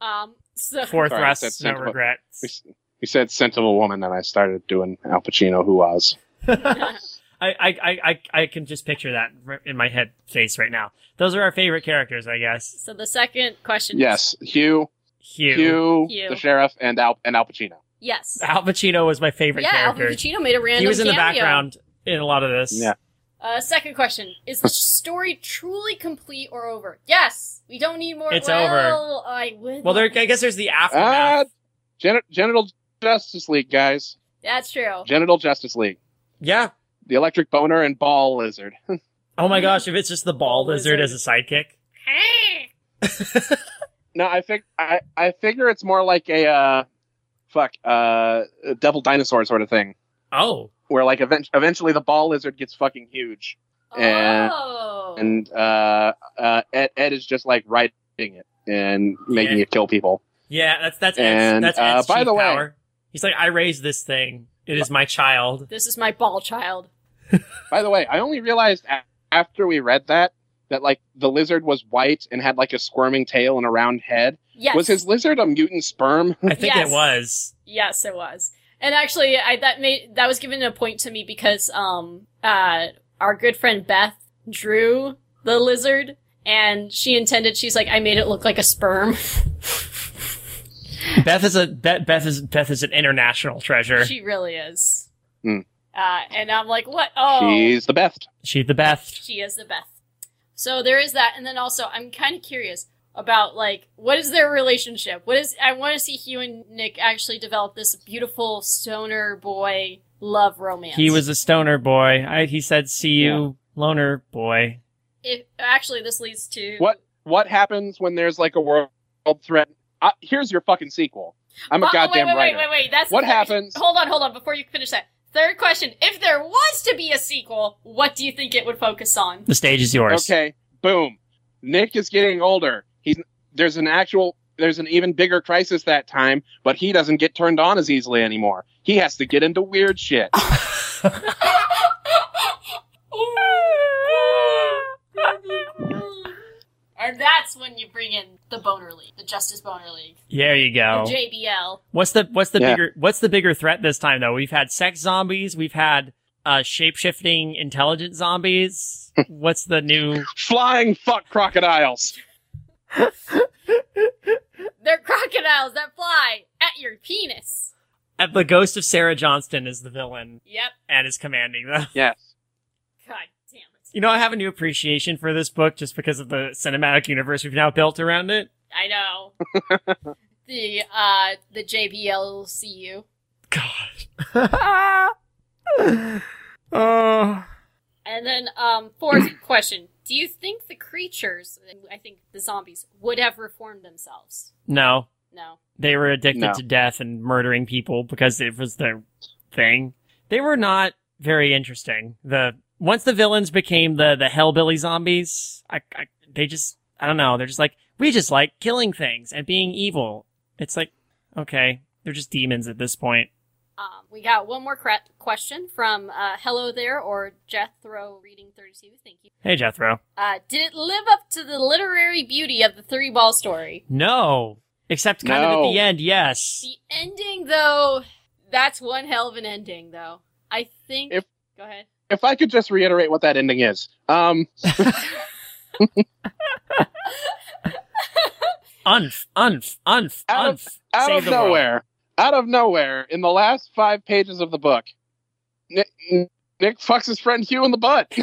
[SPEAKER 1] Um. So
[SPEAKER 2] Four
[SPEAKER 3] Sorry, I said
[SPEAKER 2] thrusts, no
[SPEAKER 3] scent of a-
[SPEAKER 2] regrets.
[SPEAKER 3] He said "scent of a woman," and I started doing Al Pacino who was.
[SPEAKER 2] I, I, I, I, I can just picture that r- in my head face right now. Those are our favorite characters, I guess.
[SPEAKER 1] so the second question. is-
[SPEAKER 3] Yes, Hugh,
[SPEAKER 2] Hugh.
[SPEAKER 3] Hugh,
[SPEAKER 1] Hugh.
[SPEAKER 3] the sheriff, and Al and Al Pacino.
[SPEAKER 1] Yes.
[SPEAKER 2] Al Pacino was my favorite
[SPEAKER 1] yeah, Al
[SPEAKER 2] character.
[SPEAKER 1] Pacino made a random.
[SPEAKER 2] he was in the
[SPEAKER 1] cameo.
[SPEAKER 2] background in a lot of this.
[SPEAKER 3] Yeah.
[SPEAKER 1] Uh, second question: Is the story truly complete or over? Yes, we don't need more.
[SPEAKER 2] It's
[SPEAKER 1] well, over. I would.
[SPEAKER 2] Well, there,
[SPEAKER 1] like-
[SPEAKER 2] I guess there's the
[SPEAKER 3] Ah,
[SPEAKER 2] aftermath.
[SPEAKER 3] gen- genital Justice League guys,
[SPEAKER 1] That's true.
[SPEAKER 3] genital Justice League,
[SPEAKER 2] yeah.
[SPEAKER 3] the electric boner and ball lizard.
[SPEAKER 2] Oh
[SPEAKER 1] Mm-hmm.
[SPEAKER 2] my gosh, if it's just the ball lizard as a sidekick.
[SPEAKER 3] No, I think I I figure it's more like a uh, fuck uh, a devil dinosaur sort of thing,
[SPEAKER 2] Oh.
[SPEAKER 3] where like event- eventually the ball lizard gets fucking huge, And-
[SPEAKER 1] oh.
[SPEAKER 3] Eh, and uh, uh, Ed, Ed is just like riding it and making
[SPEAKER 2] Yeah.
[SPEAKER 3] it kill people.
[SPEAKER 2] Yeah, that's that's
[SPEAKER 3] And,
[SPEAKER 2] Ed's, that's
[SPEAKER 3] uh,
[SPEAKER 2] Ed's
[SPEAKER 3] by
[SPEAKER 2] chief
[SPEAKER 3] the way-
[SPEAKER 2] power. He's like, I raised this thing. It is my child.
[SPEAKER 1] this is my ball child.
[SPEAKER 3] By the way, I only realized a- after we read that that like the lizard was white and had like a squirming tail and a round head.
[SPEAKER 1] Yes.
[SPEAKER 3] Was his lizard a mutant sperm?
[SPEAKER 2] I think
[SPEAKER 1] Yes.
[SPEAKER 2] it was.
[SPEAKER 1] Yes, it was. And actually, I that made that was given a point to me because um uh our good friend Beth drew the lizard, and she intended she's like I made it look like a sperm.
[SPEAKER 2] Beth is a Beth, Beth is Beth is an international treasure.
[SPEAKER 1] she really is.
[SPEAKER 3] Hmm.
[SPEAKER 1] Uh, and I'm like, what? Oh,
[SPEAKER 3] She's the best.
[SPEAKER 2] She's the best.
[SPEAKER 1] she is the Beth. So there is that, and then also I'm kind of curious about like what is their relationship? What is I want to see Hugh and Nick actually develop this beautiful stoner boy love romance.
[SPEAKER 2] He was a stoner boy. I, he said, "See you, loner boy."
[SPEAKER 1] If, actually, this leads to
[SPEAKER 3] What what happens when there's like a world threat? Uh, here's your fucking sequel. I'm a
[SPEAKER 1] Oh, oh,
[SPEAKER 3] goddamn
[SPEAKER 1] wait, wait,
[SPEAKER 3] writer.
[SPEAKER 1] Wait, wait, wait. That's
[SPEAKER 3] What
[SPEAKER 1] the third-
[SPEAKER 3] happens-
[SPEAKER 1] Hold on, hold on. Before you finish that, third question: If there was to be a sequel, what do you think it would focus on?
[SPEAKER 2] The stage is yours.
[SPEAKER 3] Okay, boom. Nick is getting older. He's there's an actual there's an even bigger crisis that time, but he doesn't get turned on as easily anymore. He has to get into weird shit.
[SPEAKER 1] and that's when you bring in the Boner League, the Justice Boner League,
[SPEAKER 2] There you go.
[SPEAKER 1] the JBL.
[SPEAKER 2] What's the what's the
[SPEAKER 3] Yeah.
[SPEAKER 2] bigger what's the bigger threat this time though? We've had sex zombies. We've had uh, shape shifting intelligent zombies. what's the new?
[SPEAKER 3] Flying fuck crocodiles.
[SPEAKER 1] They're crocodiles that fly at your penis.
[SPEAKER 2] Uh, the ghost of Sarah Johnston is the villain
[SPEAKER 1] Yep.
[SPEAKER 2] and is commanding them.
[SPEAKER 3] Yes.
[SPEAKER 1] God damn it.
[SPEAKER 2] You know, I have a new appreciation for this book just because of the cinematic universe we've now built around it.
[SPEAKER 1] I know. the uh the JBLCU.
[SPEAKER 2] God. oh.
[SPEAKER 1] And then, um, fourth question: Do you think the creatures, I think the zombies, would have reformed themselves?
[SPEAKER 2] No,
[SPEAKER 1] No.
[SPEAKER 2] they were addicted
[SPEAKER 3] No.
[SPEAKER 2] to death and murdering people because it was their thing. They were not very interesting. The once the villains became the the hellbilly zombies, I, I they just I don't know. They're just like we just like killing things and being evil. It's like okay, they're just demons at this point.
[SPEAKER 1] Um, we got one more cra- question from uh, Hello There or Jethro Reading Thirty Two. Thank you.
[SPEAKER 2] Hey Jethro,
[SPEAKER 1] Uh, did it live up to the literary beauty of the Three Ball story?
[SPEAKER 2] no, except kind of at
[SPEAKER 3] No.
[SPEAKER 2] the end, yes.
[SPEAKER 1] The ending, though, that's one hell of an ending, though. I think.
[SPEAKER 3] If-
[SPEAKER 1] Go ahead.
[SPEAKER 3] If I could just reiterate what that ending is. Um
[SPEAKER 2] Unf, unf, unf,
[SPEAKER 3] Out of-
[SPEAKER 2] unf.
[SPEAKER 3] out
[SPEAKER 2] Save
[SPEAKER 3] of
[SPEAKER 2] the world.
[SPEAKER 3] nowhere, out of nowhere, in the last five pages of the book, Nick, Nick fucks his friend Hugh in the butt.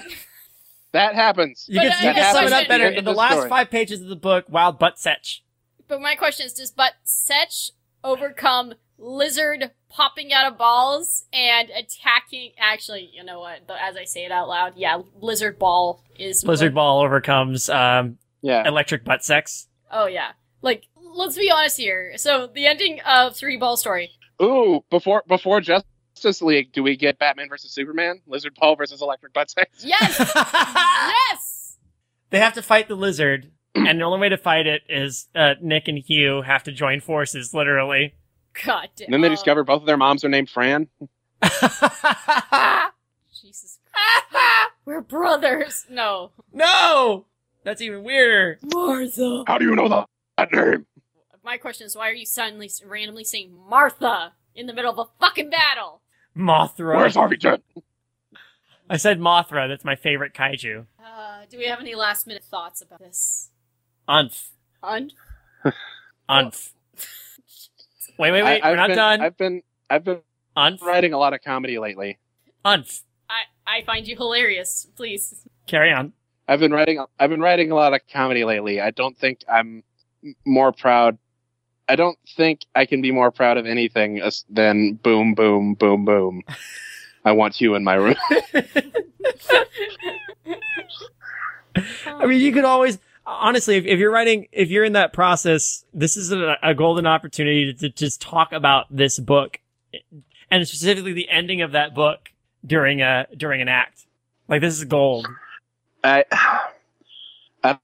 [SPEAKER 3] that happens.
[SPEAKER 2] You
[SPEAKER 1] But
[SPEAKER 2] can,
[SPEAKER 1] I-
[SPEAKER 2] you can sum it
[SPEAKER 1] That
[SPEAKER 2] up better
[SPEAKER 3] happened at the end
[SPEAKER 2] in
[SPEAKER 3] of
[SPEAKER 2] the
[SPEAKER 3] the
[SPEAKER 2] last
[SPEAKER 3] story.
[SPEAKER 2] five pages of the book. Wild butt setch.
[SPEAKER 1] But my question is: Does But Setch overcome lizard popping out of balls and attacking. Actually, you know what? But As I say it out loud, yeah, lizard ball is
[SPEAKER 2] Blizzard Ball overcomes um,
[SPEAKER 3] Yeah.
[SPEAKER 2] electric butt sex.
[SPEAKER 1] Oh yeah, like let's be honest here. So the ending of Three Ball Story.
[SPEAKER 3] Ooh, before before Justice League, do we get Batman versus Superman, Lizard Paul versus Electric Buttsex?
[SPEAKER 1] Yes, yes.
[SPEAKER 2] they have to fight the lizard, and the only way to fight it is uh, Nick and Hugh have to join forces, literally.
[SPEAKER 1] God damn.
[SPEAKER 2] Uh,
[SPEAKER 3] And then they discover both of their moms are named Fran.
[SPEAKER 1] Oh, Jesus. We're brothers. No.
[SPEAKER 2] no, that's even weirder.
[SPEAKER 1] Martha.
[SPEAKER 4] How do you know that, that name?
[SPEAKER 1] My question is, why are you suddenly randomly saying Martha in the middle of a fucking battle?
[SPEAKER 2] Mothra.
[SPEAKER 4] Where's Harvey Dent?
[SPEAKER 2] I said Mothra. That's my favorite kaiju.
[SPEAKER 1] Uh, do we have any last minute thoughts about this?
[SPEAKER 2] Unf.
[SPEAKER 1] Un-
[SPEAKER 2] Unf. Wait, wait, wait.
[SPEAKER 3] I,
[SPEAKER 2] We're not
[SPEAKER 3] have been,
[SPEAKER 2] done.
[SPEAKER 3] I've been I've been
[SPEAKER 2] Unf.
[SPEAKER 3] writing a lot of comedy lately.
[SPEAKER 2] Unf.
[SPEAKER 1] I I find you hilarious. Please.
[SPEAKER 2] Carry on.
[SPEAKER 3] I've been writing I've been writing a lot of comedy lately. I don't think I'm m- more proud. I don't think I can be more proud of anything as- than boom boom boom boom. I want you in my room.
[SPEAKER 2] I mean, you could always, honestly, if, if you're writing, if you're in that process, this is a, a golden opportunity to, to just talk about this book and specifically the ending of that book during a, during an act. Like this is gold.
[SPEAKER 3] I, I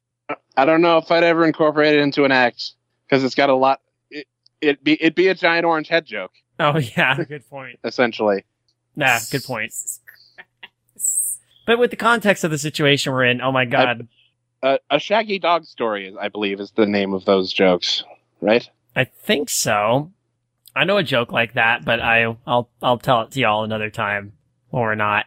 [SPEAKER 3] I don't know if I'd ever incorporate it into an act because it's got a lot. It it be it be a giant orange head joke
[SPEAKER 2] Oh yeah. Good point.
[SPEAKER 3] essentially.
[SPEAKER 2] Nah, good point.
[SPEAKER 1] Jesus Christ.
[SPEAKER 2] But with the context of the situation we're in, oh my God,
[SPEAKER 3] Uh, a shaggy dog story, I believe, is the name of those jokes, right?
[SPEAKER 2] I, think so. I know a joke like that, but I, I'll, I'll tell it to y'all another time when we're not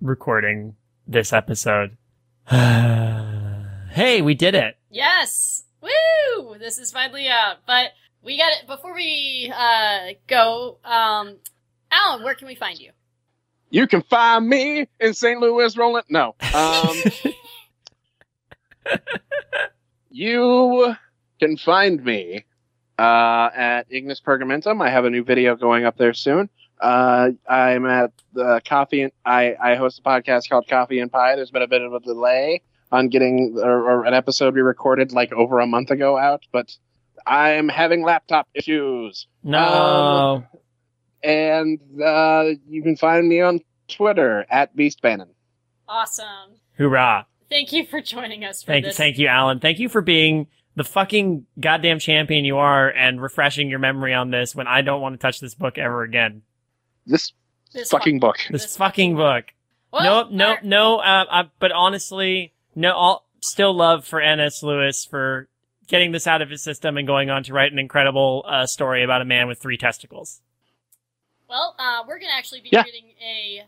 [SPEAKER 2] recording this episode. hey, we did it.
[SPEAKER 1] Yes. Woo! This is finally out. But we got it before we uh go, um Alan, where can we find you?
[SPEAKER 3] You can find me in St. Louis rolling. No, um, you can find me uh, at Ignis Pergamentum. I have a new video going up there soon. Uh, I'm at the coffee. And, I I host a podcast called Coffee and Pie. There's been a bit of a delay on getting or, or an episode we recorded like over a month ago out, but I'm having laptop issues
[SPEAKER 2] No.
[SPEAKER 3] Um, and uh, you can find me on Twitter at Beast Bannon.
[SPEAKER 1] Awesome.
[SPEAKER 2] Hoorah.
[SPEAKER 1] Thank you for joining us for
[SPEAKER 2] Thank you.
[SPEAKER 1] this.
[SPEAKER 2] Thank you, Alan. Thank you for being the fucking goddamn champion you are and refreshing your memory on this when I don't want to touch this book ever again.
[SPEAKER 3] This,
[SPEAKER 1] This
[SPEAKER 3] fucking book.
[SPEAKER 2] This,
[SPEAKER 1] This
[SPEAKER 2] fucking book.
[SPEAKER 1] Well,
[SPEAKER 2] nope. Nope.
[SPEAKER 1] our-
[SPEAKER 2] No. Uh, I, but honestly, no, all, still love for N.S. Lewis for getting this out of his system and going on to write an incredible uh, story about a man with three testicles.
[SPEAKER 1] Well, uh we're gonna actually be
[SPEAKER 3] Yeah.
[SPEAKER 1] reading a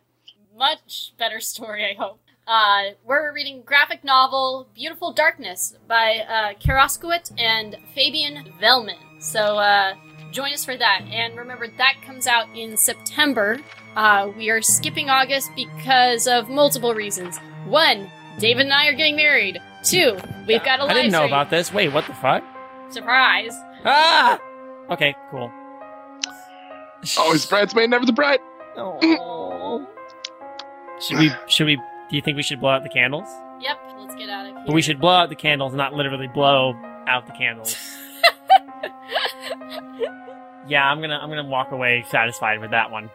[SPEAKER 1] much better story, I hope. Uh, we're reading graphic novel Beautiful Darkness by uh, Karaskowitz and Fabian Vellman. So uh, join us for that. And remember, that comes out in September. Uh, we are skipping August because of multiple reasons. One, David and I are getting married. Two, we've got a
[SPEAKER 2] I
[SPEAKER 1] live
[SPEAKER 2] didn't know
[SPEAKER 1] stream.
[SPEAKER 2] about this. Wait, what the fuck?
[SPEAKER 1] Surprise.
[SPEAKER 2] Ah. Okay. Cool.
[SPEAKER 3] Oh, his bridesmaid, never the bride.
[SPEAKER 2] Should we? Should we? Do you think we should blow out the candles?
[SPEAKER 1] Yep, let's get out of here.
[SPEAKER 2] But we should blow out the candles, not literally blow out the candles. yeah, I'm gonna I'm gonna walk away satisfied with that one.